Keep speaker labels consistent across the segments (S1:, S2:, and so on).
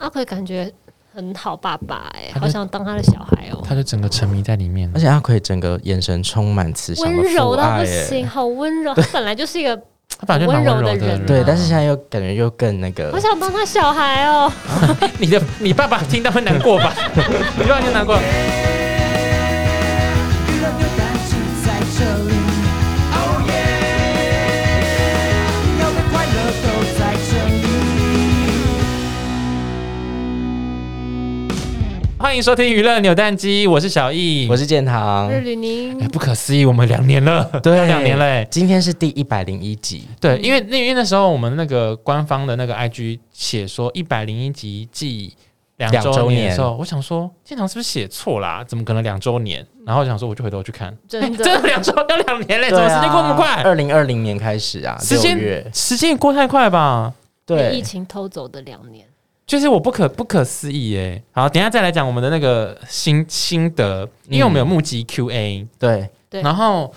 S1: 阿奎感觉很好爸爸哎、
S2: 他就
S1: 好想当他的小孩哦、
S2: 他就整个沉迷在里面
S3: 而。且阿奎整个眼神充满慈祥
S1: 温
S3: 的
S1: 柔
S3: 父
S1: 到
S3: 爱
S1: 不
S3: 耶，
S1: 行，好温柔。他本来就是一 个，
S2: 他本来就蛮温柔
S1: 温柔的
S2: 的
S1: 人
S3: 对，但是现在又感觉又更那个
S1: 我，想当他小孩哦、
S2: 你的你爸爸听到会难 过吧？你爸爸就难过。
S4: 娱乐扭蛋机在这里。Oh yeah，要的快乐都在这里。
S2: 欢迎收听娱乐扭蛋机，我是小易，
S3: 我是建堂
S1: 日，吕宁
S2: 哎、，不可思议，我们两年了，
S3: 对
S2: 两年了、哎嗯
S3: 今天是第一百零一集，
S2: 对，因为那因为那时候我们那个官方的那个 IG 写说一百零一集记两
S3: 两周
S2: 周年
S3: 年
S2: 的时候，我想说建堂是不是写错啦？怎么可能两周年？然后我想说我就回头去看，
S1: 真的
S2: 真的两周要两年哎嘞，怎么时间过那么快？
S3: 啊二零二零年开始啊，
S2: 时
S3: 六月
S2: 间，时间也过太快吧？
S1: 被疫
S3: 对，
S1: 情偷走的两年，
S2: 就是我不可不可思议耶、好，等一下再来讲我们的那个心心得，因为我们有募集 Q&A，、
S3: 对，
S1: 对
S2: 然后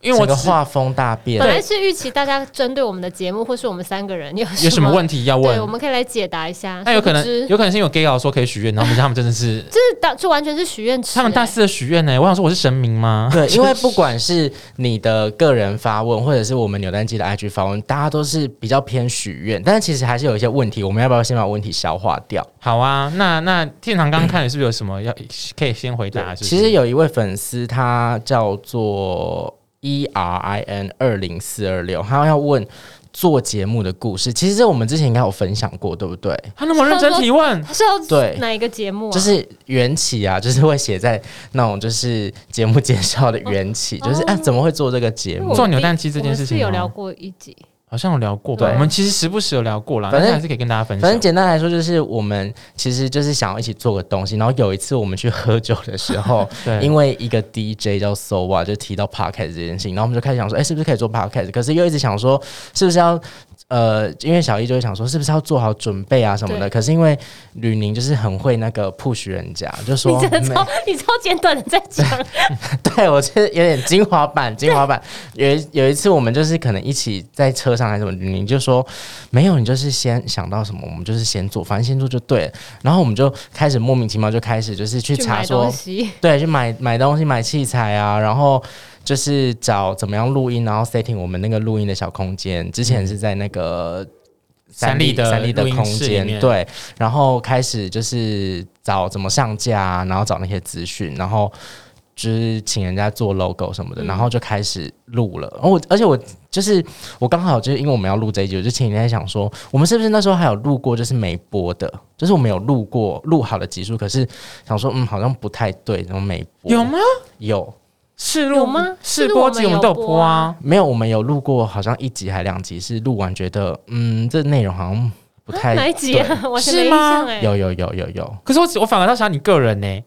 S2: 因为我
S3: 整个
S2: 只是
S3: 画风大变
S1: 本，来是预期大家针对我们的节目或是我们三个人有
S2: 有什么问题要
S1: 对，
S2: 问
S1: 我，们可以来解答一下。
S2: 那有可
S1: 殊不
S2: 能
S1: 知
S2: 有可能是因为有 gay 佬说可以许愿，然后我们他们真的是
S1: 这是大，这完全是许愿池、
S2: 他们大
S1: 哎
S2: 肆的许愿呢。我想说我是神明吗？
S3: 对，因为不管是你的个人发问，或者是我们扭蛋机的 IG 发问，大家都是比较偏许愿，但是其实还是有一些问题，我们要不要先把问题消化掉？
S2: 好啊，那那天堂刚刚看你是不是有什么要可以先回答？是不是
S3: 其实有一位粉丝，他叫做 E R I N 二零四二六，他要问做节目的故事。其实这我们之前应该有分享过，对不对？
S2: 他那么认真提问，
S1: 他是要
S3: 对
S1: 哪一个节目、啊？
S3: 就是缘起啊， 就是会写在那种就是节目介绍的缘起，
S1: 哦
S3: 就是哎、怎么会做这个节
S1: 因为
S3: 目
S1: 我？
S2: 做扭蛋机这件事情
S1: 我们是有
S2: 吗
S1: 聊过一集，
S2: 好像有聊过吧？
S3: 对
S2: 我们其实时不时有聊过啦，
S3: 反
S2: 但
S3: 正
S2: 是还是可以跟大家分享。
S3: 反正简单来说，就是我们其实就是想要一起做个东西。然后有一次我们去喝酒的时候，
S2: 对
S3: 因为一个 DJ 叫 Sova 就提到 podcast 这件事情，然后我们就开始想说，哎、是不是可以做 podcast？可是又一直想说，是不是要呃，因为小易就会想说，是不是要做好准备啊什么的？
S1: 对
S3: 可是因为吕宁就是很会那个 push 人家，就
S1: 你
S3: 说
S1: 真的
S3: 没
S1: 超你超简短的在 讲，
S3: 对我就是有点精华版，精华版。有一有一次我们就是可能一起在车上还是什么，你就说没有，你就是先想到什么，我们就是先做，反正先做就对了。然后我们就开始莫名其妙就开始就是去
S1: 去
S3: 查
S1: 买
S3: 说
S1: 东，西，
S3: 对，去买买东西、买器材啊，然后就是找怎么样录音，然后 setting 我们那个录音的小空间。之前是在那个
S2: 三立的
S3: 三立的
S2: 录音
S3: 空
S2: 室里
S3: 间，
S2: 面
S3: 对，然后开始就是找怎么上架、啊，然后找那些资讯，然后。就是请人家做 logo 什么的，
S1: 嗯
S3: 然后就开始录了。哦然后我，而且我就是我刚好就是因为我们要录这一集，我就请人家想说，我们是不是那时候还有录过就是没播的，就是我们有录过录好的集数，可是想说嗯好像不太对，然后没播
S2: 有吗？
S3: 有
S2: 试录
S1: 有吗
S2: 试
S1: 试播
S2: 播集
S1: 集
S2: 我
S1: 我们
S2: 们都
S1: 都
S2: 有
S1: 有
S2: 播
S1: 播
S2: 啊
S1: 啊。
S3: 没有？我们有录过，好像一集还两集是录完觉得嗯这内容好像不太、
S1: 哪一集啊？完全没
S2: 是
S1: 印
S2: 吗
S1: 象哎、
S3: 对有有有有有，
S2: 可是我只我反而要想你个人呢、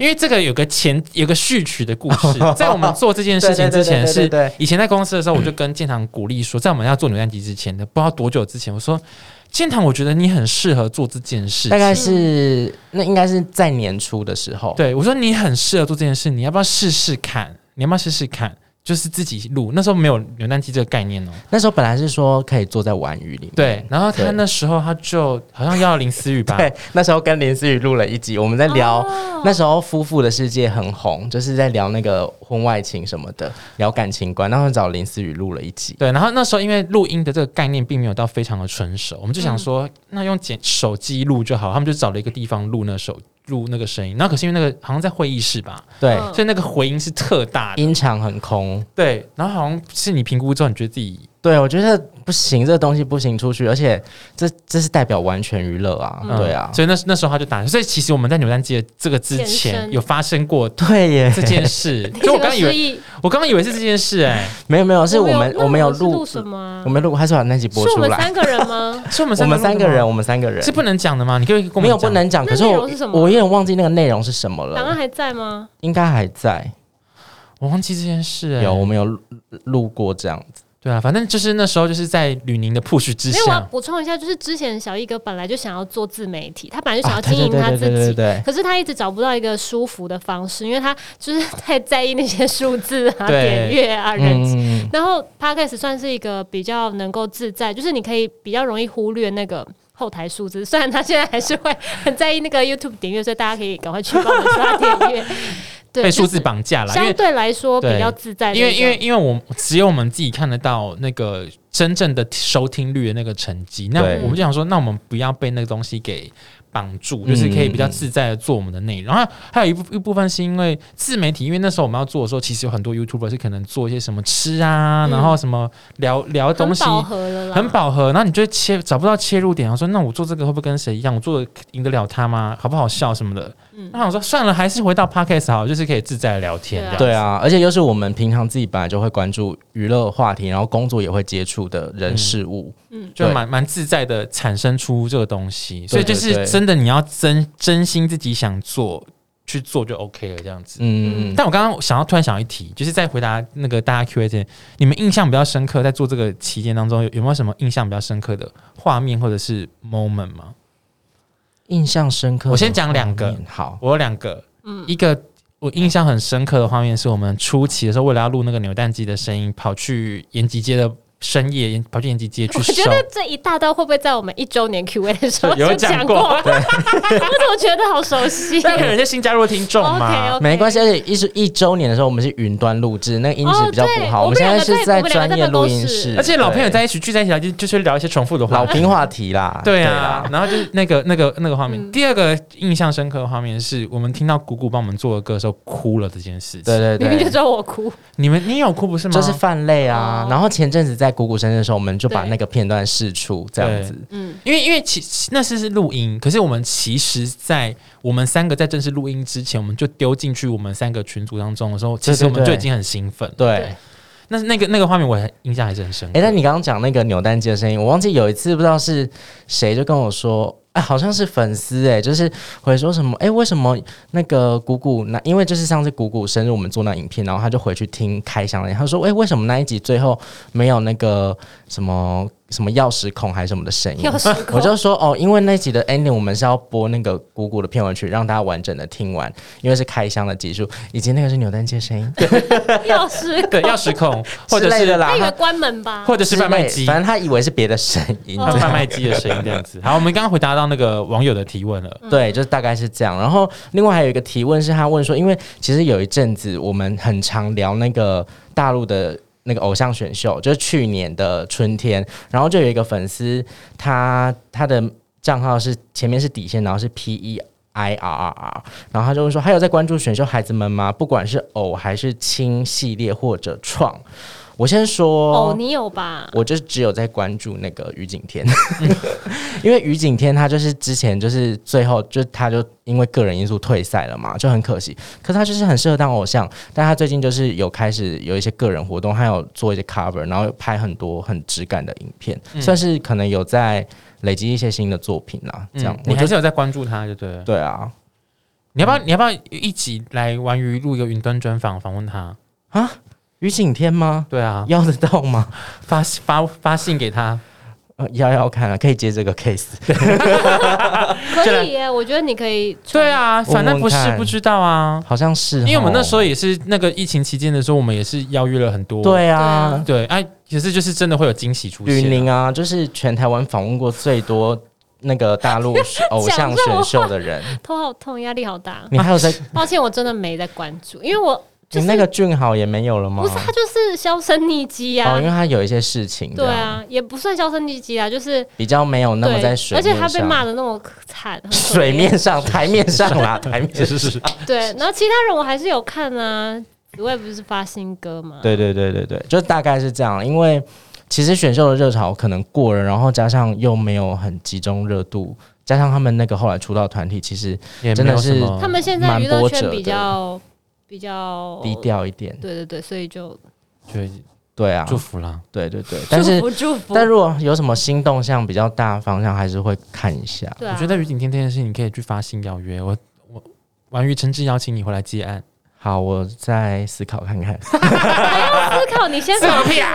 S2: 因为这个有个前有个序曲的故事，在我们做这件事情之前
S3: 对对对对
S2: 是
S3: 对对
S2: 以前在公司的时候，我就跟建堂鼓励说，在我们要做扭蛋机之前的不知道多久之前，我说建堂，我觉得你很适合做这件事
S3: 大
S2: 情。
S3: 概是那应该是在年初的时候，
S2: 对我说你很适合做这件事，你要不要试试看？你要不要试试看？就是自己录，那时候没有扭蛋机这个概念哦、
S3: 那时候本来是说可以坐在玩语里面，
S2: 对，然后他
S3: 对
S2: 那时候他就好像要林思雨吧，
S3: 对，那时候跟林思雨录了一集，我们在聊、
S1: 哦
S3: 那时候《夫妇的世界》很红，就是在聊那个婚外情什么的，聊感情观。然后找林思雨录了一集，
S2: 对，然后那时候因为录音的这个概念并没有到非常的纯熟，我们
S1: 嗯
S2: 就想说，那用简手机录就好。他们就找了一个地方录那手录那个声音，然后可是因为那个好像在会议室吧，
S3: 对，
S1: 嗯
S2: 所以那个回音是特大的。
S3: 音场很空。
S2: 对，然后好像是你评估之后，你觉得自己
S3: 对，我觉得不行，这东西不行出去，而且这这是代表完全娱乐啊，
S2: 嗯
S3: 对啊，
S2: 所以那那时候他就打。所以其实我们在扭蛋机的这个之
S1: 健
S2: 前
S1: 身
S2: 有发生 过
S3: 对耶，
S2: 这 件事，
S1: 你
S2: 就我
S1: 整个
S2: 刚刚以
S1: 失
S2: 为
S1: 忆，
S2: 我刚刚以为是这件事哎、
S3: 没有没有，哦是我们
S1: 那
S3: 我们有
S1: 是
S3: 录，
S1: 什么啊
S3: 我？们录，还是把那集播
S1: 是我
S3: 出
S1: 们
S3: 来？
S1: 三个人 吗？
S2: 是我们
S3: 我们三
S2: 录
S3: 个
S2: 的
S3: 人，
S2: 吗
S3: 我们三个人
S2: 是不能讲的吗？你可以跟我们
S3: 没有
S2: 讲
S3: 不能讲，
S1: 那
S3: 啊可是
S1: 内
S3: 我
S1: 容是什么
S3: 我有点忘记那个内容是什么
S1: 档案
S3: 了，
S1: 还在吗？
S3: 应该还在。
S2: 我忘记这件事哎、
S3: 有，我们有录录过这样子，
S2: 对啊，反正就是那时候就是在吕宁的 push 之
S1: 没有，我啊要
S2: 下，
S1: 补充一下，就是之前小易哥本来就想要做自媒体，他本来就想
S3: 啊
S1: 要经营他自
S3: 对对对对对
S1: 己。
S3: 对，
S1: 可是他一直找不到一个舒服的方式，因为他就是太在意那些数字 啊、
S2: 对
S1: 点阅啊、人气。
S3: 嗯，
S1: 然后 podcast 算是一个比较能够自在，就是你可以比较容易忽略那个后台数字。虽然他现在还是会很在意那个 YouTube 点阅，所以大家可以赶快去帮我们刷点 阅。对，
S2: 被
S1: 就
S2: 数字
S1: 是
S2: 绑架了，因
S1: 相
S2: 为
S1: 对来说
S2: 对
S1: 比较自在的一
S2: 因
S1: 种，
S2: 为因为因为我们只有我们自己看得到那个真正的收听率的那个成绩，那
S3: 对
S2: 我们就想说，那我们不要被那个东西给绑住，就是可以比较自在的做我们的内容。然后还有一部一部分是因为自媒体，因为那时候我们要做的时候，其实有很多 YouTuber 是可能做一些什么吃啊，
S1: 嗯
S2: 然后什么聊聊东西
S1: 很。饱和啊了啦，
S2: 很饱和，然后你就会切找不到切入点，然后说那我做这个会不会跟谁一样？我做的赢得了他吗？好不好笑什么的？那我说算了，还是回到 podcast 好了，就是可以自在的聊
S1: 嗯
S2: 天。
S1: 对啊
S2: 这样
S3: 对啊，而且又是我们平常自己本来就会关注娱乐话题，然后工作也会接触的人事物。
S2: 就
S1: 嗯
S3: 对
S2: 蛮蛮自在的产生出这个东西，所以就
S3: 对
S2: 是
S3: 对
S2: 真的你要真真心自己想做去做就 OK 了这样子。
S3: 嗯，
S2: 但我刚刚想要突然想到一题，就是在回答那个大家 Q&A 之前，你们印象比较深刻，在做这个期间当中有有没有什么印象比较深刻的画面或者是 moment 吗？
S3: 印象深刻的画面。
S2: 我先讲两个
S3: 好，
S2: 我有两个，
S1: 嗯
S2: 一个我印象很深刻的画面是我们初期的时候，为了要录那个扭蛋机的声音，跑去延吉街的深夜，跑去延吉街去
S1: 我
S2: 收
S1: 觉。得 这一大段会不会在我们一周年 Q&A 的时候
S2: 有
S1: 就
S2: 讲
S1: 讲
S2: 过
S1: 啊我怎么觉得好熟悉？
S2: 但可能是新加入的听众嘛
S1: OK，OK
S3: 没关系，而且一是一周年的时候，我们是云端录制，那个音质比较不
S1: 哦对
S3: 好。我们现在是
S1: 我们两个在
S3: 专业
S1: 我
S3: 录音
S1: 们两个在办公
S3: 室
S1: 室，
S2: 而且老朋友
S3: 对
S2: 在一起聚在一起聊，就就是聊一些重复的话
S3: 老
S2: 题。
S3: 平话题啦。
S2: 对啊
S3: 啦，，
S2: 然后就是那个那个那个画面。
S1: 嗯
S2: 第二个印象深刻的画面是我们听到姑姑帮我们做的歌的时候哭了这件事情。
S3: 对
S1: 明明就
S3: 对
S1: 只
S3: 对。
S1: 有我哭，
S2: 你们你有哭不是吗？
S3: 就是泛泪啊
S1: 哦，
S3: 然后前阵子在姑姑生日的时候，我们就把
S1: 对
S3: 那个片段试出，这样子。
S1: 嗯，
S2: 因为因为其那次是录音，可是我们其实，在我们三个在正式录音之前，我们就丢进去我们三个群组当中的时候，其实
S3: 对对
S2: 我们就
S3: 对
S2: 已经很兴奋。
S3: 对
S1: 对，
S2: 那那个那个画面，我还印象还是很深刻。
S3: 哎、但你刚刚讲那个扭蛋机的声音，我忘记有一次不知道是谁就跟我说，哎、好像是粉丝哎、就是回说什么，哎、为什么那个谷谷那，因为就是上次谷谷生日我们做那影片，然后他就回去听开箱了，他说，哎、为什么那一集最后没有那个什么什么钥匙孔还是什么的
S2: 嗯
S3: 声音？
S1: 又失控
S3: 我就说哦，因为那集的 ending 我们是要播那个鼓鼓的片尾曲，让大家完整的听完，因为是开箱的集数，以及那个是扭蛋机的声音，
S1: 要 是
S2: 对钥匙孔或者
S3: 之类
S2: 是
S3: 的啦
S1: 他以为关门吧，
S2: 或者是贩卖机，
S3: 反正他以为是别的声音，
S1: 哦
S2: 那贩卖机的声音这样子。好，我们刚刚回答到那个网友的提问了。
S3: 对，就是大概是这样。然后另外还有一个提问是他问说，因为其实有一阵子我们很常聊那个大陆的。那个偶像选秀就是去年的春天，然后就有一个粉丝，他他的账号是前面是底线，然后是 P E I R R R，然后他就会说，还有在关注选秀孩子们吗？不管是偶还是亲系列或者创，我先说
S1: 哦，你有吧？
S3: 我就只有在关注那个于景天， 因为于景天他就是之前就是最后就他就因为个人因素退赛了嘛，就很可惜。可是他就是很适合当偶像，但他最近就是有开始有一些个人活动，还有做一些 cover，然后拍很多很质感的影片，
S2: 嗯
S3: 算是可能有在累积一些新的作品啦。这样，
S2: 嗯
S3: 我
S2: 你还
S3: 就是
S2: 有在关注他，就对了。
S3: 对啊
S2: 你要不要你要不要一起来玩鱼录一个云端专访访问他？
S3: 啊，于景天吗？
S2: 对啊，
S3: 要得到吗？
S2: 发发发信给他。
S3: 呃，要要看啊，可以接这个 case。
S1: 可以耶，我觉得你可以。
S2: 对，啊，反正不是
S3: 问问看
S2: 不知道啊。
S3: 好像是哦，
S2: 因为我们那时候也是那个疫情期间的时候，我们也是邀约了很多
S3: 对啊，
S2: 对，哎、可是就是真的会有惊喜出
S3: 吕
S2: 现啊、
S3: 宁啊，就是全台湾访问过最多那个大陆偶像选秀的人。
S1: 头好痛，压力好大。
S3: 你还有在，
S1: 抱歉，我真的没在关注，因为我就
S3: 你
S1: 是
S3: 那个俊豪也没有
S2: 啊
S3: 了吗？
S1: 不是他就是销声匿迹
S3: 哦，
S1: 呀
S3: 因为。他有一些事情，
S1: 对，啊，也不算销声匿迹啊，就是
S3: 比较没有那么
S1: 对
S3: 在水
S1: 而且
S3: 面上，
S1: 他被骂的那么惨，很可怜
S3: 水面上、台面上啦，台面上。
S2: 是是，
S1: 对，然后其他人我还是有看啊，紫薇不是发新歌吗？
S3: 对对对对对，就大概是这样。因为其实选秀的热潮可能过了，然后加上又没有很集中热度，加上他们那个后来出道团体其实
S2: 也
S3: 真
S2: 没
S3: 的
S2: 有什
S3: 是
S2: 么
S1: 他们现在
S3: 蛮
S1: 娱乐
S3: 波
S1: 圈
S3: 折
S1: 比
S3: 的
S1: 较比较
S3: 低，调一点。
S1: 对对对，所以就
S2: 对
S3: 对啊
S2: 祝，福啦。
S3: 对对对，但是
S1: 祝福祝福，
S3: 但如果有什么新动向比较大的方向，还是会看一下。
S1: 对啊，
S2: 我觉得于景天这件事，你可以去发信邀约我。我婉瑜诚挚邀请你回来接案，
S3: 好，我再思考看 看，
S1: 思考你 先搞定啊，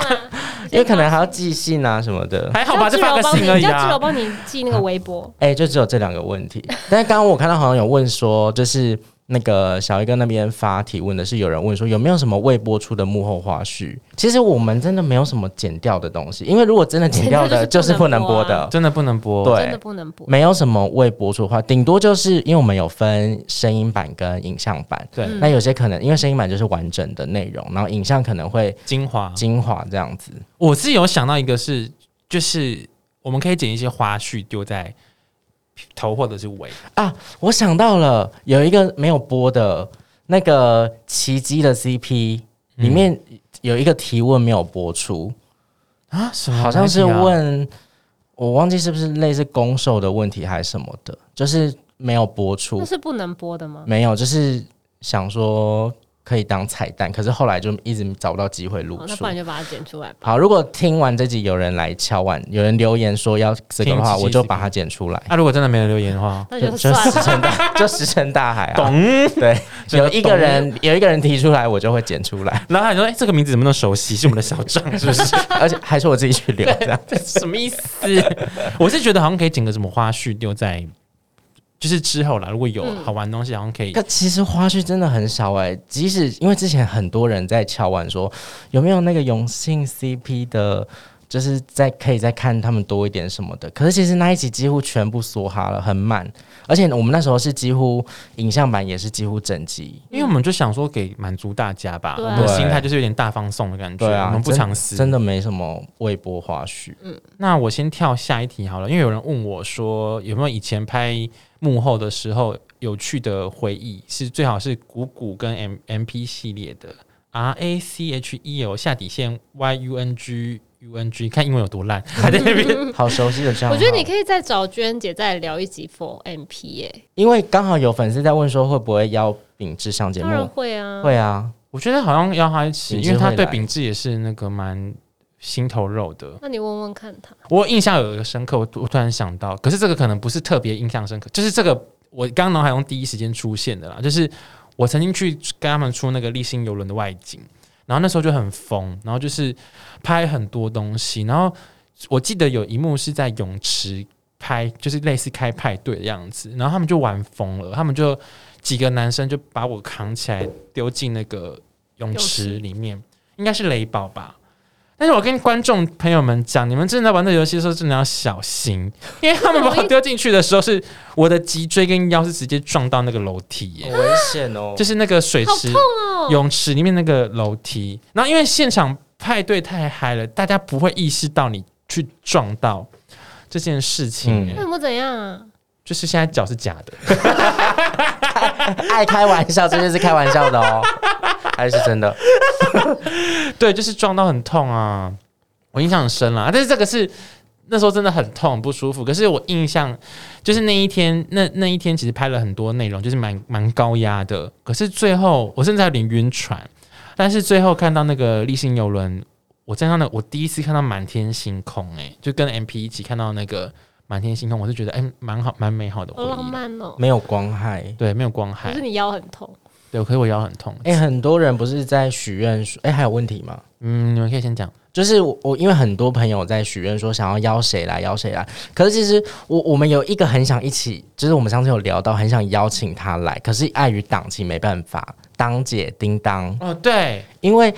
S3: 因为可能还要寄信啊什么的。
S2: 还好吧，
S1: 叫
S2: 就
S1: 志
S2: 发
S1: 柔
S2: 个
S1: 帮
S2: 信而
S1: 你，
S2: 已
S1: 叫志柔
S2: 啊。
S1: 帮你寄那个微博，
S3: 哎、就只有这两个问题。但是刚刚我看到好像有问说，就是那个小一哥那边发提问的是，有人问说有没有什么未播出的幕后花絮？其实我们真的没有什么剪掉的东西，因为如果真的剪掉的，
S1: 就
S3: 就是是
S1: 不
S3: 不
S1: 能
S3: 能
S1: 播
S3: 播
S1: 啊
S3: 的。
S2: 真的不能播。
S3: 对
S1: 真的不能播。
S3: 没有什么未播出的话，顶多就是因为我们有分声音版跟影像版，
S2: 对
S1: 嗯
S3: 那有些可能因为声音版就是完整的内容，然后影像可能会
S2: 精华，
S3: 精华这样子。
S2: 我自己有想到一个是，就是我们可以剪一些花絮丢在头或者是尾，
S3: 啊，我想到了，有一个没有播的那个奇迹的 CP 里面有一个提问没有播出，
S2: 啊，什
S3: 好像是
S2: 哪里啊
S3: 问我忘记是不是类似攻受的问题还是什么的，就是没有播出
S1: 那，是不能播的吗？
S3: 没有，就是想说可以当彩蛋，可是后来就一直找不到机会
S1: 好
S3: 露
S1: 哦那
S3: 出
S1: 不。然就把它剪出来吧。
S3: 好，如果听完这集有人来敲碗，有人留言说要这个的话，
S2: 听奇迹
S3: 我就
S2: CP
S3: 把它剪出来，
S2: 啊，如果真的没人留言的话，
S1: 那
S3: 就
S1: 就
S3: 就
S1: 算
S3: 石沉
S1: 了。
S3: 大， 就石沉大海啊！
S2: 懂。
S3: 对，
S2: 整个
S3: 有一个人有一个人提出来，我就会剪出来，
S2: 然后他说：“哎、这个名字怎么那么熟悉？是我们的小 张，是不是？
S3: 而且还是我自己去留这样。
S2: 这什么意思？”我是觉得好像可以整个什么花絮丢在，就是之后啦，如果有
S1: 嗯
S2: 好玩的东西，好像可以
S3: 可其实花絮真的很少哎、即使因为之前很多人在敲碗说有没有那个永信 CP 的，就是在可以再看他们多一点什么的。可是其实那一集几乎全部梭哈了，很满，而且我们那时候是几乎影像版也是几乎整集。
S2: 因为我们就想说给满足大家吧，
S1: 对
S2: 我
S1: 啊
S2: 们的心态就是有点大放送的感觉，
S3: 对啊，
S2: 我们不
S3: 真
S2: 尝试。
S3: 真的没什么未播花絮。
S2: 那我先跳下一题好了，因为有人问我说有没有以前拍幕后的时候有趣的回忆，是最好是谷谷跟 M M P 系列的 R A C H E L 下底线 Y U N G U N G，看英文有多 烂，还在那边。
S3: 好熟悉的这样，
S1: 嗯我觉得你可以再找娟姐再聊一集 For MP 耶、
S3: 因为刚好有粉丝在问说会不会邀秉志上节
S1: 当然
S3: 目，
S1: 会啊，
S3: 会啊，
S2: 我觉得好像要他吃，
S3: 秉志
S2: 因为他
S3: 会
S2: 对
S3: 来
S2: 秉志也是那个蛮心头肉的。
S1: 那你问问看她。
S2: 我印象有一个深刻，我我突然想到，可是这个可能不是特别印象深刻，就是这个我刚刚脑海中第一时间出现的啦，就是我曾经去跟他们出那个立新游轮的外景，然后那时候就很疯，然后就是拍很多东西，然后我记得有一幕是在泳池拍，就是类似开派对的样子，然后他们就玩疯了，他们就几个男生就把我扛起来丢进那个泳池里面，应该是雷宝吧。但是我跟观众朋友们讲，你们真的在玩这游戏的时候，真的要小 心，因为他们把我丢进去的时候，是我的脊椎跟腰是直接撞到那个楼梯耶，
S3: 好危险 哦
S2: 就是那个水
S1: 好
S2: 池
S1: 痛哦！
S2: 泳池里面那个楼梯。然后因为现场派对太嗨了，大家不会意识到你去撞到这件事情、
S3: 嗯
S1: 那有没有怎样啊？
S2: 就是现在脚是假的，
S3: 爱开玩笑，这就是开玩笑 的哦，还是真的？
S2: 对，就是撞到很痛啊，我印象很深啦。啊但是这个是那时候真的很痛很不舒服，可是我印象就是那一天，那那一天其实拍了很多内容，就是蛮蛮高压的。可是最后我甚至还有点晕船，但是最后看到那个立信游轮，我站上的我第一次看到满天星空、欸，就跟 M P 一起看到那个满天星空，我是觉得哎，蛮、好蛮美好的回
S1: 好
S2: 忆
S1: 浪
S2: 啦。
S1: 漫哦！
S3: 没有光害。
S2: 对，没有光
S1: 可
S2: 害
S1: 是，你腰很痛，
S2: 对，可是我腰很痛。
S3: 哎、很多人不是在许愿说，哎、还有问题吗？
S2: 嗯，你们可以先讲。
S3: 就是我，我因为很多朋友在许愿说想要邀谁来，邀谁来。可是其实我我们有一个很想一起，就是我们上次有聊到，很想邀请他来，可是碍于档期没办法。当姐叮当，
S2: 哦，对，
S3: 因为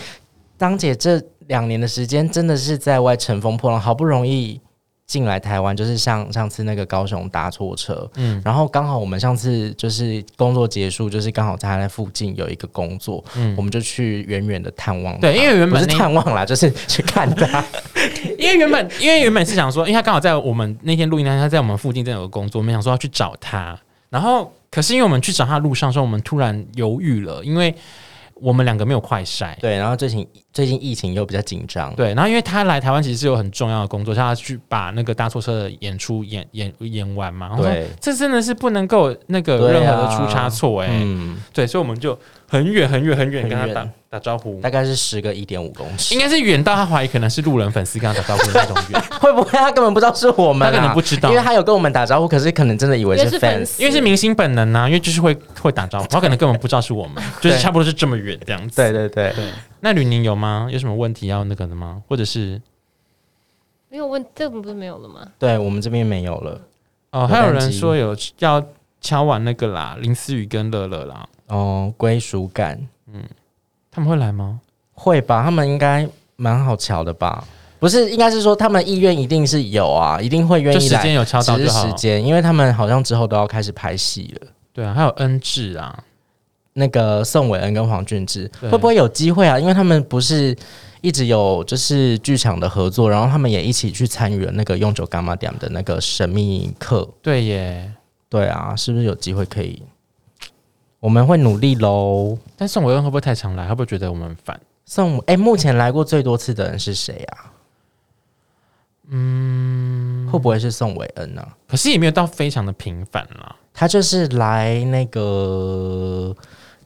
S3: 当姐这两年的时间真的是在外乘风破浪，好不容易进来台湾，就是像上次那个高雄搭错车，嗯，然后刚好我们上次就是工作结束，就是刚好在她那附近有一个工作，
S2: 嗯
S3: 我们就去远远的探望她，
S2: 对，因为原
S3: 不
S2: 本
S3: 是
S2: 那
S3: 探望啦， 就是去看她。
S2: 因为原本，因为原本是想说，因为他刚好在我们那天录音那天，他在我们附近正有个工作，我们想说要去找他。然后，可是因为我们去找他的路上的时候，我们突然犹豫了，因为我们两个没有快筛。
S3: 对，然后最近最近疫情又比较紧张，
S2: 对，然后因为他来台湾其实是有很重要的工作，像他去把那个大错车的演出演演演完嘛。然后说
S3: 对
S2: 这真的是不能够那个
S3: 对啊
S2: 任何的出差错哎、
S3: 嗯，
S2: 对，所以我们就很远很远很远
S3: 很
S2: 跟他
S3: 远
S2: 打打招呼，
S3: 大概是十个一点五公尺
S2: 应，该是远到他怀疑可能是路人粉丝跟他打招呼的那种远。
S3: 会不会他根本不知道是 我们、啊？
S2: 他可能不知道
S3: 因为他有跟我们打招呼，可是可能真的以为
S1: 因为
S3: 是
S1: 是粉
S3: fans
S1: 丝。
S2: 因为是明星本能呐、啊，因为就是会会打招呼，他可能根本不知道是我 们，就是差不多是这么远这样子。
S3: 对对对，
S2: 那吕宁有吗？有什么问题要那个的吗？或者是
S1: 没有问，这个不是没有了吗？
S3: 对我们这边没有了。
S2: 哦，
S3: 有
S2: 还有
S3: 单
S2: 人
S3: 机
S2: 说有要敲完那个啦，林思雨跟乐乐啦，
S3: 哦归属感，
S2: 他们会来吗？
S3: 会吧？他们应该蛮好瞧的吧？不是，应该是说他们意愿一定是有啊，一定会愿
S2: 就
S3: 意
S2: 时间
S3: 来，
S2: 有敲到
S3: 只
S2: 就是好
S3: 时。间，因为他们好像之后都要开始拍戏了。
S2: 对啊，还有恩智啊，
S3: 那个宋伟恩跟黄俊志
S2: 对
S3: 会不会有机会啊？因为他们不是一直有就是剧场的合作，然后他们也一起去参与了那个用酒干妈点的那个神秘课。
S2: 对耶。
S3: 对啊，是不是有机会可以？我们会努力喽。
S2: 但宋伟恩会不会太常来？会不会觉得我们很烦？
S3: 宋哎、目前来过最多次的人是谁啊？嗯，会不会是宋伟恩呢、
S2: 可是也没有到非常的频繁啦。
S3: 他就是来那个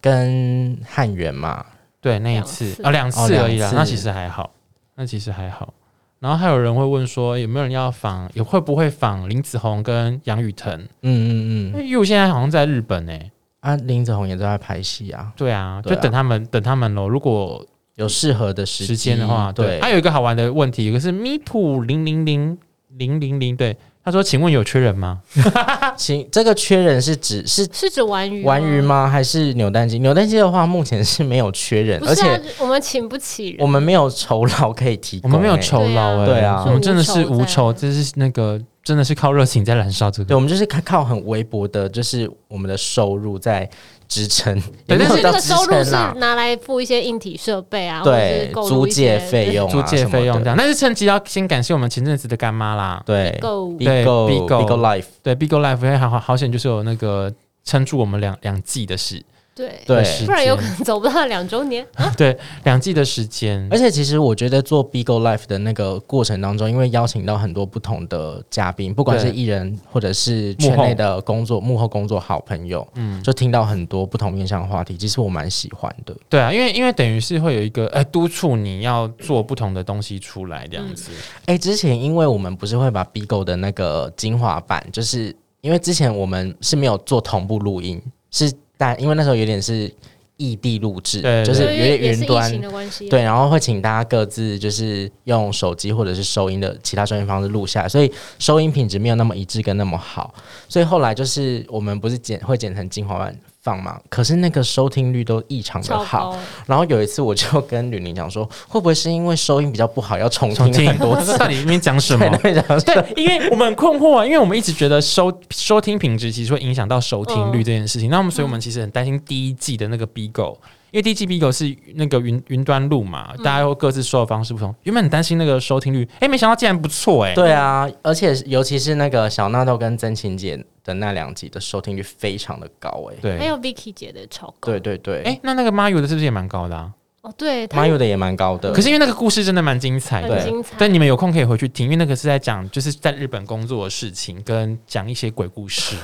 S3: 跟汉源嘛，
S2: 对，那一
S1: 两
S2: 次
S1: 次
S2: 啊，两
S3: 哦
S2: 次
S3: 两
S2: 而已啦。
S3: 次
S2: 那其实还好，那其实还好。然后还有人会问说，有没有人要访？有会不会访林子宏跟杨雨腾？
S3: 嗯嗯
S2: 因
S3: 嗯，
S2: 为玉现在好像在日本呢、
S3: 啊，林子宏也在拍戏啊，
S2: 对啊，就
S3: 对啊
S2: 等他们，等他们喽。如果
S3: 有适合的时机
S2: 时间的话，对。啊
S3: 对，
S2: 还有一个好玩的问题，有个是咪普零零零零零零，对，他说：“请问有缺人吗
S3: 啊请这个缺人是指是
S1: 是指玩鱼
S3: 玩鱼？吗？还是扭蛋机？扭蛋机的话，目前是没有缺人，
S1: 不
S3: 而
S1: 是啊
S3: 且，
S1: 我们请不起人。
S3: 我们没有酬劳可以提？”
S2: 我
S3: 供、
S2: 们没有
S3: 欸
S2: 酬劳哎、
S3: 对啊
S2: 我们真的是
S1: 无酬
S2: 无酬，这是那个真的是靠热情在燃烧这
S3: 对，
S2: 个。
S3: 我们就是靠靠很微薄的，就是我们的收入在支撑，
S2: 对
S3: 也没
S1: 但
S3: 有
S1: 是那
S3: 到
S1: 个
S3: 支
S1: 收入
S3: 撑
S1: 是
S3: 啦。
S1: 拿来付一些硬体设备啊，或者
S3: 对
S1: 是，购入
S3: 租
S1: 一
S3: 借
S1: 些
S3: 费用、啊、
S2: 租借费用这样，
S3: 什么的。
S2: 但是趁机要先感谢我们前阵子的干妈啦，
S3: 对
S1: 购物
S3: b
S2: 对
S3: i g o b
S2: Bigo
S3: i g o Life，
S2: 对，Big o Life 因为好好好险，就是有那个撑住我们两两季的事，
S1: 对，
S3: 对
S2: 的时
S1: 不然有可
S2: 间
S1: 能走不到两周年。
S2: 对两季的时间
S3: 而，且其实我觉得做 b i g o Life 的那个过程当中，因为邀请到很多不同的嘉宾，不管
S2: 对
S3: 是艺人或者是
S2: 幕后
S3: 圈内的工作幕后工作好朋友，嗯，就听到很多不同面向的话题，其实我蛮喜欢的。
S2: 对啊，因为因为等于是会有一个呃督促你要做不同的东西出来
S1: 嗯
S2: 这样子，
S3: 哎、之前因为我们不是会把 b i g o 的那个精华版，就是因为之前我们是没有做同步录音，是但因为那时候有点是异地录制，
S2: 对
S3: 就是有
S1: 因为
S3: 点
S1: 也是
S3: 云
S1: 疫
S3: 端
S1: 情的关系，
S3: 对，然后会请大家各自就是用手机或者是收音的其他专业方式录下来，所以收音品质没有那么一致跟那么好，所以后来就是我们不是剪会剪成精华版放嘛，可是那个收听率都异常的
S1: 超
S3: 好。
S1: 高。
S3: 然后有一次我就跟吕宁讲说，会不会是因为收音比较不好要重
S2: 重
S3: 听
S2: 听
S3: 很多次？
S2: 到底里面讲什么
S3: 在那？边讲说
S2: 对，因为我们很困惑啊，因为我们一直觉得收收听品质其实会影响到收听
S1: 嗯
S2: 率这件事情。那我们所以我们其实很担心第一季的那个 Bigo，因为第一季 Bigo 是那个云云端录嘛，大家
S1: 嗯
S2: 会各自收的方式不同。原本很担心那个收听率，哎、没想到竟然不错哎、
S3: 对啊，而且尤其是那个小纳豆跟曾琴姐的那两集的收听率非常的高哎、
S2: 对
S1: 还有 Vicky 姐的超高，
S3: 对对对，
S2: 哎、那那个 Mayu 的是不是也蛮高的啊？
S1: 哦，对，她
S3: 马友的也蛮高的，
S2: 可是因为那个故事真的蛮精彩的，
S1: 很
S3: 对
S1: 精彩。
S2: 但你们有空可以回去听，因为那个是在讲就是在日本工作的事情，跟讲一些鬼故 事。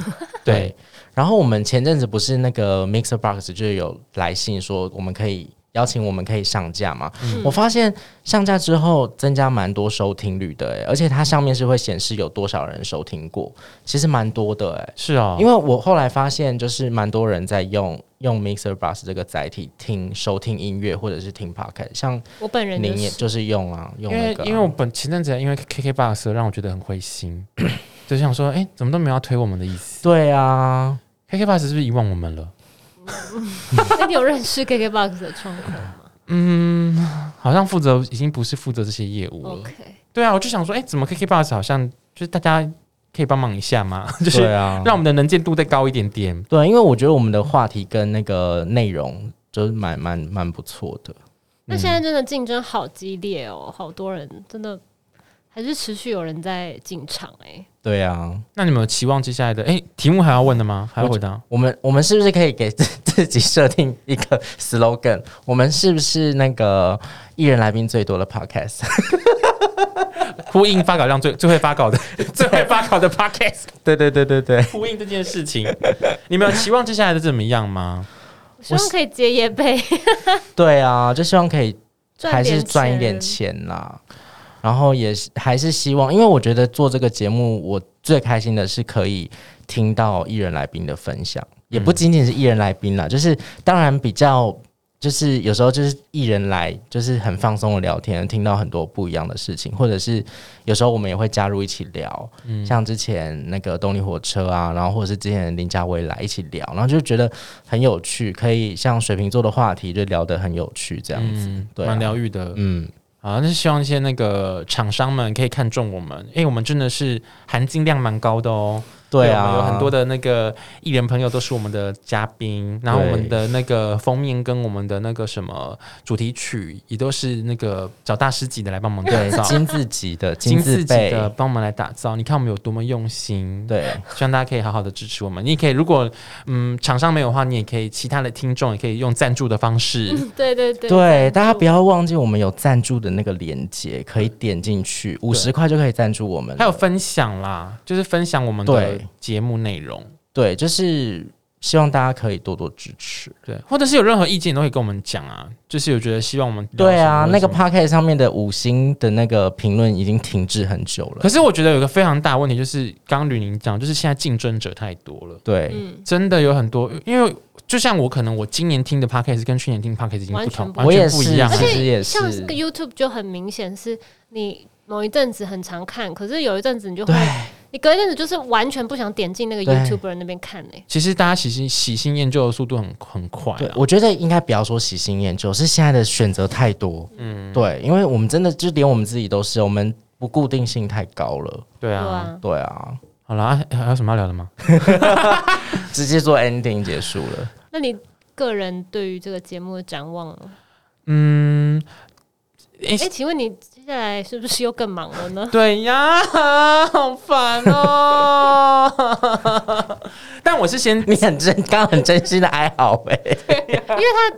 S2: 对
S3: 对，然后我们前阵子不是那个 Mixer Box 就是有来信说我们可以邀请我们可以上架嘛？我发现上架之后增加蛮多收听率的、欸，而且它上面是会显示有多少人收听过，其实蛮多的、欸，
S2: 是哦，
S3: 因为我后来发现就是蛮多人在用用 Mixer Box 这个载体听收听音乐或者是听 Podcast，像
S1: 我本人
S3: 您
S1: 就
S3: 也
S1: 是
S3: 就是用啊，用
S2: 因
S3: 那
S2: 为
S3: 个啊、
S2: 因为我本前阵子因为 KKBox 让我觉得很灰心， 就想说，哎、怎么都没有要推我们的意思
S3: 对啊，
S2: ？KKBox 是不是遗忘我们了？
S1: 那你有认识 KKBOX 的窗口吗
S2: 好像负责已经不是负责这些业务
S3: 嗯
S2: 了。
S1: ？OK，
S2: 对啊，我就想说，哎、怎么 KKBox 好像就是大家可以帮忙一下吗？ 就是
S3: 对啊，
S2: 让我们的能见度再高一点点。
S3: 对，啊因为我觉得我们的话题跟那个内容就是蛮蛮蛮不错的。
S1: 那现在
S3: 嗯
S1: 真的竞争好激烈哦，好多人真的还是持续有人在进场哎，
S3: 对啊，
S2: 那你们有期望接下来的？哎、题目还要问的吗？还要回答？
S3: 我们我们是不是可以给 自自己设定一个 slogan？我们是不是那个艺人来宾最多的 podcast？
S2: 呼应发稿量最最会发稿 的最会发稿的 Podcast，
S3: 呃对对对对对，
S2: 呼应这件事情，你们有期望接下来的怎么样吗？
S1: 我希望可以接业 配，
S3: 对啊，就希望可以
S1: 赚
S3: 还
S1: 点
S3: 是赚一点。钱啦。然后也是还是希望，因为我觉得做这个节目，我最开心的是可以听到艺人来宾的分享，也不仅仅是艺人来宾啦，就是当然比较就是有时候就是艺人来，就是很放松的聊天，听到很多不一样的事情，或者是有时候我们也会加入一起聊，像之前那个动力火车啊，然后或者是之前林家威来一起聊，然后就觉得很有趣，可以像水瓶座的话题就聊得很有趣这样子，
S2: 嗯，
S3: 对啊
S2: 蛮疗愈的。
S3: 嗯，
S2: 好，那希望一些那个厂商们可以看中我们，因为我们真的是含金量蛮高的哦。
S3: 对
S2: 我
S3: 啊，
S2: 们有很多的那个艺人朋友都是我们的嘉宾，然后我们的那个封面跟我们的那个什么主题曲也都是那个找大师级的来帮忙 打
S3: 对
S2: 造，
S3: 金字级的
S2: 金
S3: 字
S2: 字级
S3: 辈
S2: 的帮我们来打造。你看我们有多么用心，
S3: 对
S2: 希望大家可以好好的支持我们。你也可以，如果嗯厂商没有的话，你也可以其他的听众也可以用赞助的方式。
S1: 对对对
S3: 对，大家不要忘记我们有赞助的那个链接，可以点进去，五十块就可以赞助我们了。
S2: 还有分享啦，就是分享我们的
S3: 对
S2: 节目内容，
S3: 对，就是希望大家可以多多支持。
S2: 对，或者是有任何意见都可以跟我们讲啊。就是有觉得希望我们聊
S3: 对啊
S2: 什，么
S3: 那个
S2: 或者什么
S3: p o c a s t 上面的五星的那个评论已经停滞很久了。
S2: 可是我觉得有一个非常大的问题，就是刚刚吕宁讲，就是现在竞争者太多了，
S3: 对、
S1: 嗯，
S2: 真的有很多，因为就像我可能我今年听的 podcast 跟去年听 podcast 已经不同，
S1: 完全不
S2: 完
S3: 我也
S2: 全不一
S3: 是，
S2: 样了
S3: 其。实也
S1: 像这
S3: 是
S1: 个。YouTube 就很明显是你某一阵子很常看，可是有一阵子你就会
S3: 对，
S1: 你隔一阵子就是完全不想点进那个
S3: 对
S1: YouTuber 那边看欸诶、
S2: 其实大家喜新喜新厌旧的速度很很快
S3: 对
S2: 啊，，
S3: 我觉得应该不要说喜新厌旧，是现在的选择太多。嗯，对，因为我们真的就连我们自己都是，我们不固定性太高了。
S2: 对
S1: 对
S2: 啊。
S1: 啊，
S3: 对啊，
S2: 好啦，啊还有什么要聊的吗？
S3: 直接做 ending 结束了。
S1: 那你个人对于这个节目的展望呢？
S2: 嗯，诶
S1: 哎、请问你接下来是不是又更忙了呢？
S2: 对呀， 好烦哦。 但我是先
S3: 你很真，刚刚很真心的哀嚎哎、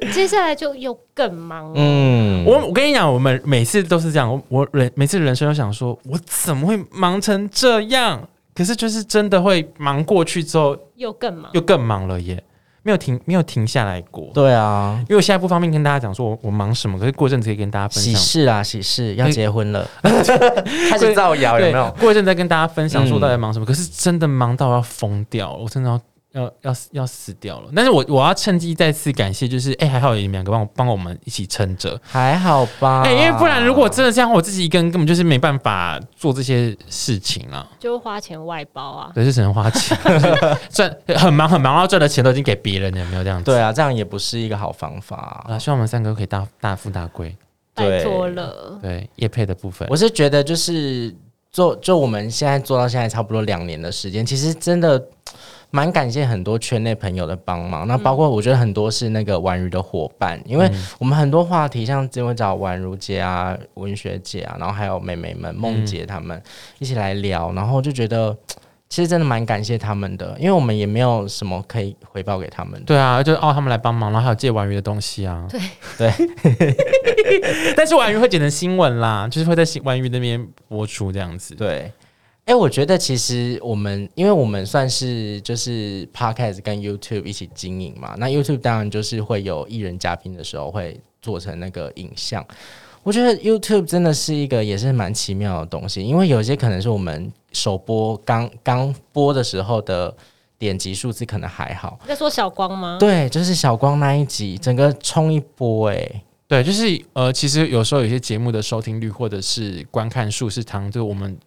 S1: 那 接下来就又更忙了。
S3: 嗯，
S2: 我我跟你讲，我们每次都是这样，我我人每次人生都想说，我怎么会忙成这样？可是就是真的会忙过去之后，
S1: 又更忙，
S2: 又更忙了耶，没有停没有停下来过。
S3: 对啊，
S2: 因为我现在不方便跟大家讲说我我忙什么，可是过一阵子可以跟大家分
S3: 喜
S2: 享。
S3: 事啊，喜事要结婚 了，开始造谣哦有
S2: 对
S3: 没有？，嗯
S2: 过一阵再跟大家分享说我到底在忙什么。可是真的忙到要疯掉了，我真的要。要要死要死掉了！但是我我要趁机再次感谢，就是哎、还好有你们两个帮我帮我们一起撑着，
S3: 还好吧，
S2: 哎、因为不然如果真的这样，我自己一个人根本就是没办法做这些事情啊。
S1: 就花钱外包啊。
S2: 对，是只能花钱赚，很忙很忙，然后赚的钱都已经给别人了，有没有这样子？
S3: 对啊，这样也不是一个好方法、
S2: 啊，希望我们三个都可以大大富大贵。
S1: 拜
S3: 对
S1: 托了，
S2: 对，叶配的部分，
S3: 我是觉得就是做，就我们现在做到现在差不多两年的时间，其实真的。蛮感谢很多圈内朋友的帮忙，那包括我觉得很多是那个玩鱼的伙伴，因为我们很多话题像今天找婉如姐啊、文学姐啊，然后还有妹妹们、梦姐她们一起来聊，然后就觉得其实真的蛮感谢他们的，因为我们也没有什么可以回报给他们的。
S2: 对啊，就是哦，他们来帮忙，然后还有借玩鱼的东西啊。
S1: 对
S2: 对， 但是玩鱼会剪成新闻啦，就是会在新玩鱼那边播出这样子。
S3: 对，哎、我觉得其实我们，因为我们算是就是 podcast 跟 YouTube 一起经营嘛，那 YouTube 当然就是会有艺人嘉宾的时候会做成那个影像。我觉得 YouTube 真的是一个也是蛮奇妙的东西，因为有些可能是我们首播刚刚播的时候的点击数字可能还好，
S1: 你在说小光吗？
S3: 对，就是小光那一集整个冲一波、哎，
S2: 对，就是呃，其实有时候有些节目的收听率或者是观看数是糖，就是我们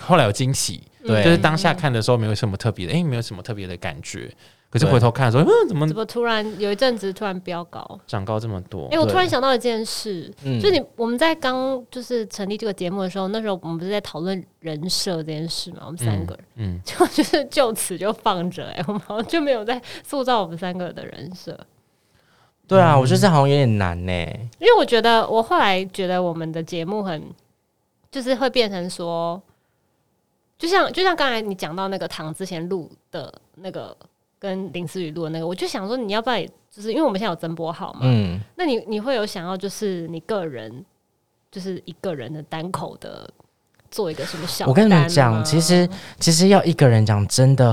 S2: 后来有惊喜，
S3: 对
S2: 就是当下看的时候没有什么特别的，哎、没有什么特别的感觉，可是
S3: 对
S2: 回头看的时候，嗯，怎么
S1: 怎么突然有一阵子突然飙高？
S2: 长高这么多
S1: 哎、？我
S3: 对
S1: 突然想到一件事，
S3: 嗯
S1: 就你我们在刚就是成立这个节目的时候，那时候我们不是在讨论人设这件事嘛？我们三个人、
S2: 嗯，
S1: 就就是就此就放着，哎，我们好像就没有在塑造我们三个的人设，
S3: 对啊，我觉得这好像有点难呢、
S1: 因为我觉得我后来觉得我们的节目很就是会变成说，就像就像刚才你讲到那个唐之前录的那个跟林思雨录的那个，我就想说你要不要也，就是因为我们现在有增播号嘛，
S3: 嗯，
S1: 那你你会有想要就是你个人就是一个人的单口的做一个什么小单吗？
S3: 我跟你们讲，其实其实要一个人讲真的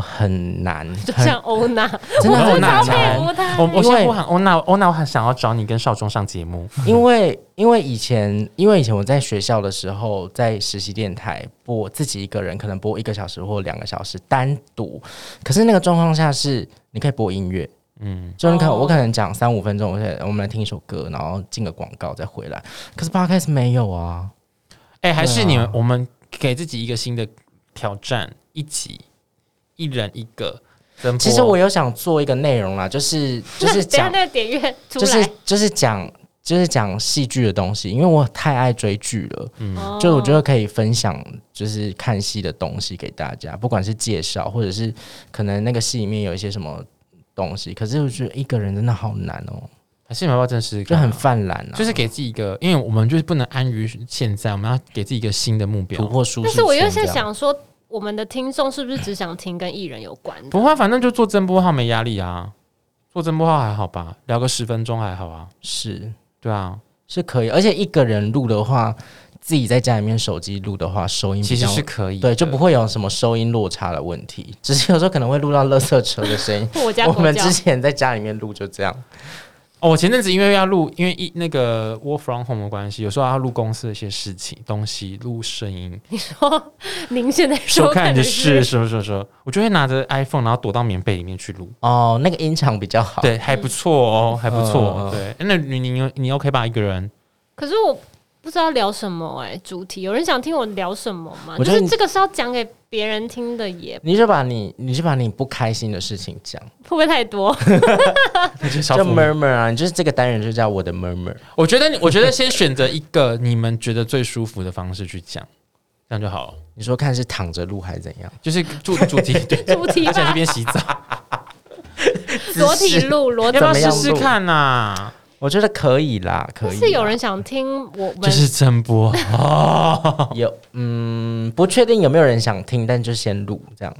S3: 很难，
S1: 就
S3: 很
S1: 像欧娜，
S3: 真的很
S1: 超
S3: 难
S1: 佩
S3: 讲，
S1: 服她。
S2: 我我
S3: 因为
S2: 先不喊欧娜，欧娜，我很想要找你跟少中上节目。
S3: 因为因为以前因为以前我在学校的时候，在实习电台播自己一个人，可能播一个小时或两个小时单独，可是那个状况下是你可以播音乐，
S2: 嗯，
S3: 就你看，
S1: 哦
S3: 我可能讲三五分钟，我想我们来听一首歌，然后进个广告再回来。可是 podcast 没有啊，
S2: 哎、还是你们、
S3: 对啊
S2: 我们给自己一个新的挑战，一集一人一个增播。
S3: 其实我有想做一个内容啦，就是就 是
S1: 等一下
S3: 讲，
S1: 那个点阅出来，
S3: 就是就是讲就是讲戏剧的东西，因为我太爱追剧了，
S1: 哦
S3: 就我觉得可以分享就是看戏的东西给大家，不管是介绍或者是可能那个戏里面有一些什么东西。可是我觉得一个人真的好难哦、
S2: 还是你们要不要正式
S3: 就很泛滥啊，
S2: 就是给自己一个，因为我们就是不能安于现在，我们要给自己一个新的目标
S3: 突。破舒适
S1: 但
S3: 圈
S1: 是
S3: 这样。
S1: 我又在想说，我们的听众是不是只想听跟艺人有关的？
S2: 不会啊，反正就做增播号没压力啊，做增播号还好吧，聊个十分钟还好啊，
S3: 是。
S2: 对啊，
S3: 是可以，而且一个人录的话，自己在家里面手机录的话，收音比
S2: 其实
S3: 较
S2: 是可以的，
S3: 对，就不会有什么收音落差的问题，只是有时候可能会录到垃圾车的声音。
S1: 我家
S3: 我
S1: 狗
S3: 们
S1: 叫
S3: 之前在家里面录就这样，
S2: 哦，我前阵子因为要录，因为一那个 work from home 的关系，有时候要录公司的一些事情、东西、录声音、
S1: 说您现在
S2: 收
S1: 收
S2: 看
S1: 的
S2: 的是什么什么什么，我就会拿着 iPhone，然后躲到棉被里面去录。
S3: 哦，那个音场比较好。，
S2: 对，还不错哦，还不错哦。
S3: 嗯嗯嗯
S2: 对，诶那你你你 OK 吧？一个人，
S1: 可是我不知道聊什么哎、主题有人想听我聊什么吗？就
S3: 我觉得
S1: 是
S3: 你
S1: 这个是要讲给别人听的耶，
S3: 你就把你，你就把你不开心的事情讲，
S1: 会不会太 多？
S2: 你是小
S3: 就
S2: 父母
S3: murmur 啊，你就是这个单元就叫我的 murmur。
S2: 我觉得你，我觉得先选择一个你们觉得最舒服的方式去讲，这样就好了。
S3: 你说看是躺着录还是怎样？
S2: 就是主主题，对，
S1: 主题
S2: 而且一
S1: 吧，
S2: 边洗澡，
S1: 裸体录，裸体
S2: 要不要试
S3: 怎么样
S2: 试
S3: 录
S2: 看呐、
S3: 我觉得可以啦，可以
S1: 但
S3: 啦。
S1: 是有人想听我们，
S2: 啊就是真播，
S3: 有，嗯，不确定有没有人想听，但就先录这样。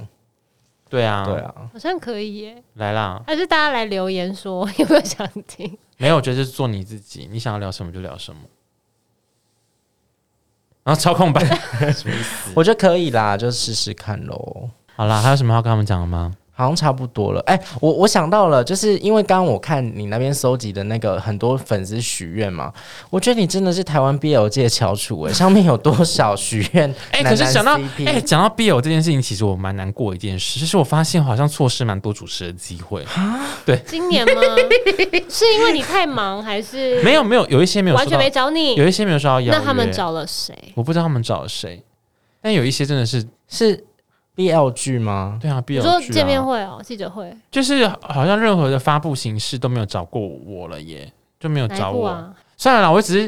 S2: 对啊，
S3: 对啊，
S1: 好像可以耶，
S2: 来啦，
S1: 还是大家来留言说有没有想 听？
S2: 没有，我觉得就是做你自己，你想要聊什么就聊什么，然后操控版，
S3: 我觉得可以啦，就试试看喽。
S2: 好啦，还有什么要跟他们讲的吗？
S3: 好像差不多了，哎、我我想到了，就是因为刚刚我看你那边搜集的那个很多粉丝许愿嘛，我觉得你真的是台湾 BL 界的翘楚哎、上面有多少许愿男男 CP？
S2: 哎、可是想到哎、讲到 BL 这件事情，其实我蛮难过一件事，就是我发现好像错失蛮多主持的机会，
S1: 今年 吗？是因为你太忙，还是
S2: 没有没有，有一些没有
S1: 完
S2: 收
S1: 全
S2: 到
S1: 没，找你？
S2: 有一些没有收到邀约，
S1: 那他们找了谁？
S2: 我不知道他们找了谁，但有一些真的是
S3: 是 BL 剧吗？
S2: 对啊
S1: 你
S2: ，BL
S1: 说
S2: 剧啊
S1: 见面会哦，记者会
S2: 就是好像任何的发布形式都没有找过我了耶，就没有
S1: 哪一
S2: 找
S1: 部
S2: 我。
S1: 啊？
S2: 算了啦，我只是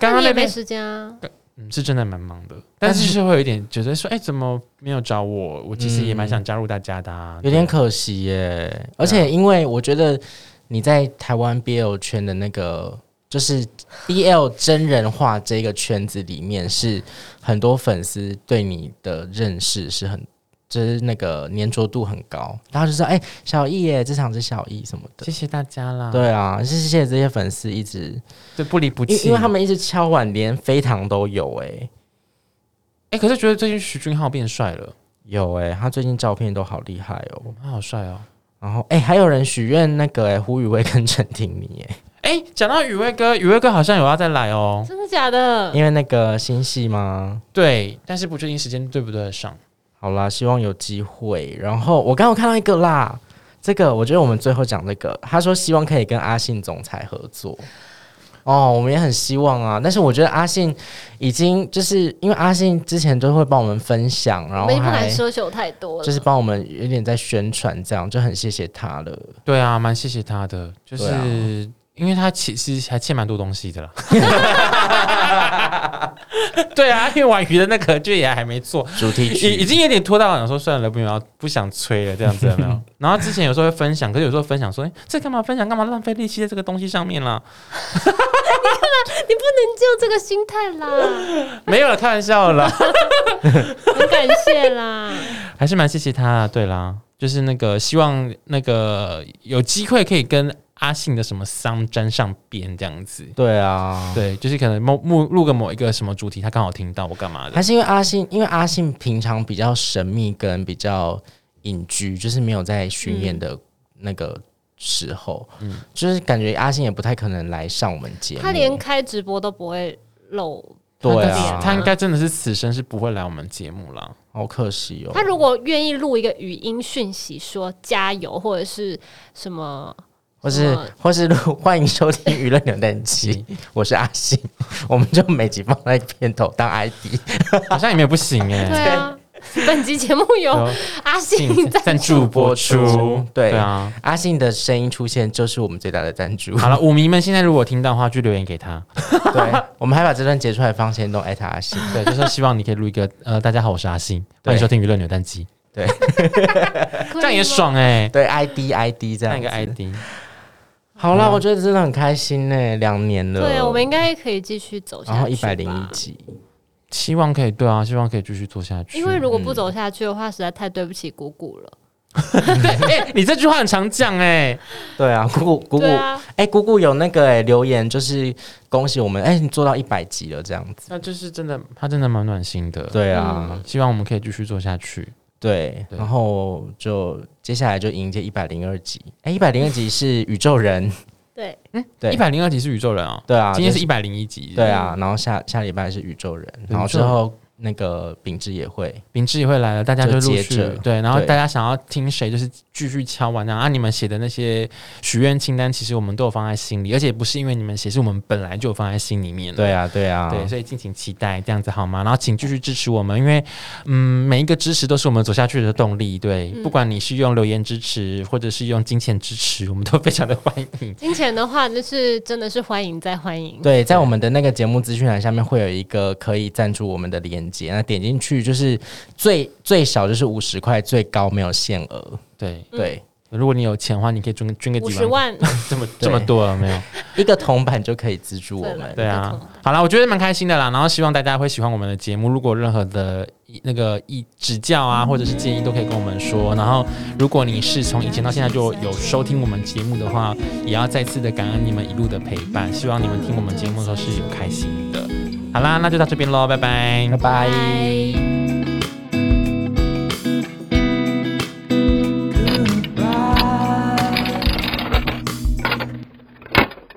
S2: 刚
S1: 那
S2: 刚
S1: 你也没
S2: 那边、
S1: 时间啊，
S2: 嗯、是真的蛮忙的，但是就是会有一点觉得说，哎、怎么没有找我？我其实也蛮
S1: 嗯
S2: 想加入大家的、啊
S3: 有点可惜耶、而且因为我觉得你在台湾 BL 圈的那个。就是 BL 真人化这个圈子里面，是很多粉丝对你的认识是很，就是那个粘着度很高，大家就说：“哎、小易耶，这场是小易什么的。
S2: 谢谢大家啦，”
S3: 对啊，谢谢这些粉丝一直，
S2: 对，不离不
S3: 因
S2: 弃。
S3: 因为他们一直敲碗，连飞糖都有哎、
S2: 哎、可是觉得最近徐俊浩变帅了，
S3: 有哎、他最近照片都好厉害哦、
S2: 他好帅哦。
S3: 然后哎、还有人许愿那个哎、胡宇威跟陈婷妮哎、
S2: 哎、讲到雨薇哥，雨薇哥好像有要再来哦。
S1: 真的假 的？
S3: 因为那个新戏吗？
S2: 对，但是不确定时间对不对得上。
S3: 好啦，希望有机会。然后我刚刚有看到一个啦，这个我觉得我们最后讲这个，他说希望可以跟阿信总裁合作。哦，我们也很希望啊，但是我觉得阿信已经就是因为阿信之前都会帮我们分享，然
S1: 我
S3: 后
S1: 们也不敢
S3: 还
S1: 奢求太多了，
S3: 就是帮我们有点在宣传，这样就很谢谢他了。
S2: 对啊，蛮谢谢他的，就是、
S3: 对啊
S2: 因为他其实还欠蛮多东西 的啦。对啊，因为婉瑜的那个就也还没做，
S3: 主题
S2: 已已
S3: 曲
S2: 经有点拖到了，想说算了，不要不想催了这样子有没 有？然后之前有时候会分享，可是有时候分享说，哎、这干嘛分享，干嘛浪费力气在这个东西上面啦？
S1: 你不能就这个心态啦，
S2: 没有了，开玩笑啦，
S1: 很感谢啦。
S2: 还是蛮谢谢他的。啊对啦，就是那个希望那个有机会可以跟阿信的什么桑沾上边这样子。
S3: 对啊，
S2: 对，就是可能某某录个某一个什么主题，他刚好听到我干嘛的
S3: 还，是因为阿信，因为阿信平常比较神秘跟比较隐居，就是没有在巡演的那个时候，就是感觉阿信也不太可能来上我们节目，
S1: 他连开直播都不会漏，
S3: 对
S1: 他的脸
S3: 啊，
S2: 他应该真的是此生是不会来我们节目 了。
S3: 好可惜哦。
S1: 他如果愿意录一个语音讯息说加油或者是什么
S3: 或是
S1: 什么
S3: 或是录欢迎收听娱乐扭蛋机，我是阿信，我们就每集放在片头当 ID，
S2: 好像也没有不行哎、
S1: 对啊，本集节目由
S2: 有
S1: 阿 信赞
S2: 赞助播出，
S3: 对
S2: 对啊。
S3: 阿信的声音出现就是我们最大的赞助。
S2: 好了，舞迷们现在如果听到的话，就留言给他。
S3: 对，我们还把这段截出来放先动艾特阿信。
S2: 对，就是希望你可以录一个呃，大家好，我是阿信，欢迎
S3: 对
S2: 收听娱乐扭蛋机，
S1: 这
S2: 这样也。爽哎、
S3: 对，ID ID 这
S2: 那
S3: 样
S2: 一个
S3: 子
S2: ID，
S3: 好啦，我觉得真的很开心呢、两年了。
S1: 对，我们应该可以继续走下去。
S3: 然后一百零一，集，
S2: 希望可以对啊，希望可以继续做下去。
S1: 因为如果不走下去的话，实在太对不起姑姑了。
S2: 对，哎、你这句话很常讲哎、
S3: 对啊，姑姑姑姑，
S1: 对
S3: 哎、
S1: 啊，
S3: 姑姑有那个、欸、留言，就是恭喜我们，哎、你做到一百集了这样子。
S2: 那就是真的，他真的蛮暖心的。，
S3: 对啊，
S1: 嗯
S2: 希望我们可以继续做下去。
S3: 对，
S2: 对
S3: 然后就接下来就迎接一百零二集，哎、一百零二集是宇宙人，
S1: 对，
S3: 对
S2: 一百零二集是宇宙人哦，
S3: 对啊，
S2: 今天是
S3: 就
S2: 一百零一集。
S3: 对，啊，然后下下礼拜是宇宙人，然后之后那个秉志也会，
S2: 秉志也会来了，大家
S3: 就
S2: 就陆
S3: 接
S2: 续
S3: 着
S2: 对，然后
S3: 对
S2: 大家想要听谁，就是继续敲完这样啊。你们写的那些许愿清单，其实我们都有放在心里，而且不是因为你们写，是我们本来就有放在心里面的。
S3: 对啊，对啊，
S2: 对，所以敬请期待这样子好吗？然后请继续支持我们，因为嗯，每一个支持都是我们走下去的动力。对，
S1: 嗯
S2: 不管你是用留言支持，或者是用金钱支持，我们都非常的欢迎。
S1: 金钱的话，就是真的是欢迎再欢迎。
S3: 对，在我们的那个节目资讯栏下面会有一个可以赞助我们的链接，那点进去就是最最少就是五十块，最高没有限额。
S2: 对，
S3: 对，
S2: 如果你有钱的话，你可以捐捐个
S1: 五
S2: 几
S1: 十
S2: 万，
S1: 万，
S2: 这么这么多了没有？
S3: 一个铜板就可以资助我们。
S2: 对
S1: 一个
S2: 啊
S1: 铜板，
S2: 好啦，我觉得蛮开心的啦。然后希望大家会喜欢我们的节目。如果任何的意那个意指教啊，或者是建议，都可以跟我们说。然后，如果你是从以前到现在就有收听我们节目的话，也要再次的感恩你们一路的陪伴。希望你们听我们节目的时候是有开心的。好啦，那就到这边喽，拜拜
S3: 拜拜。
S1: 拜。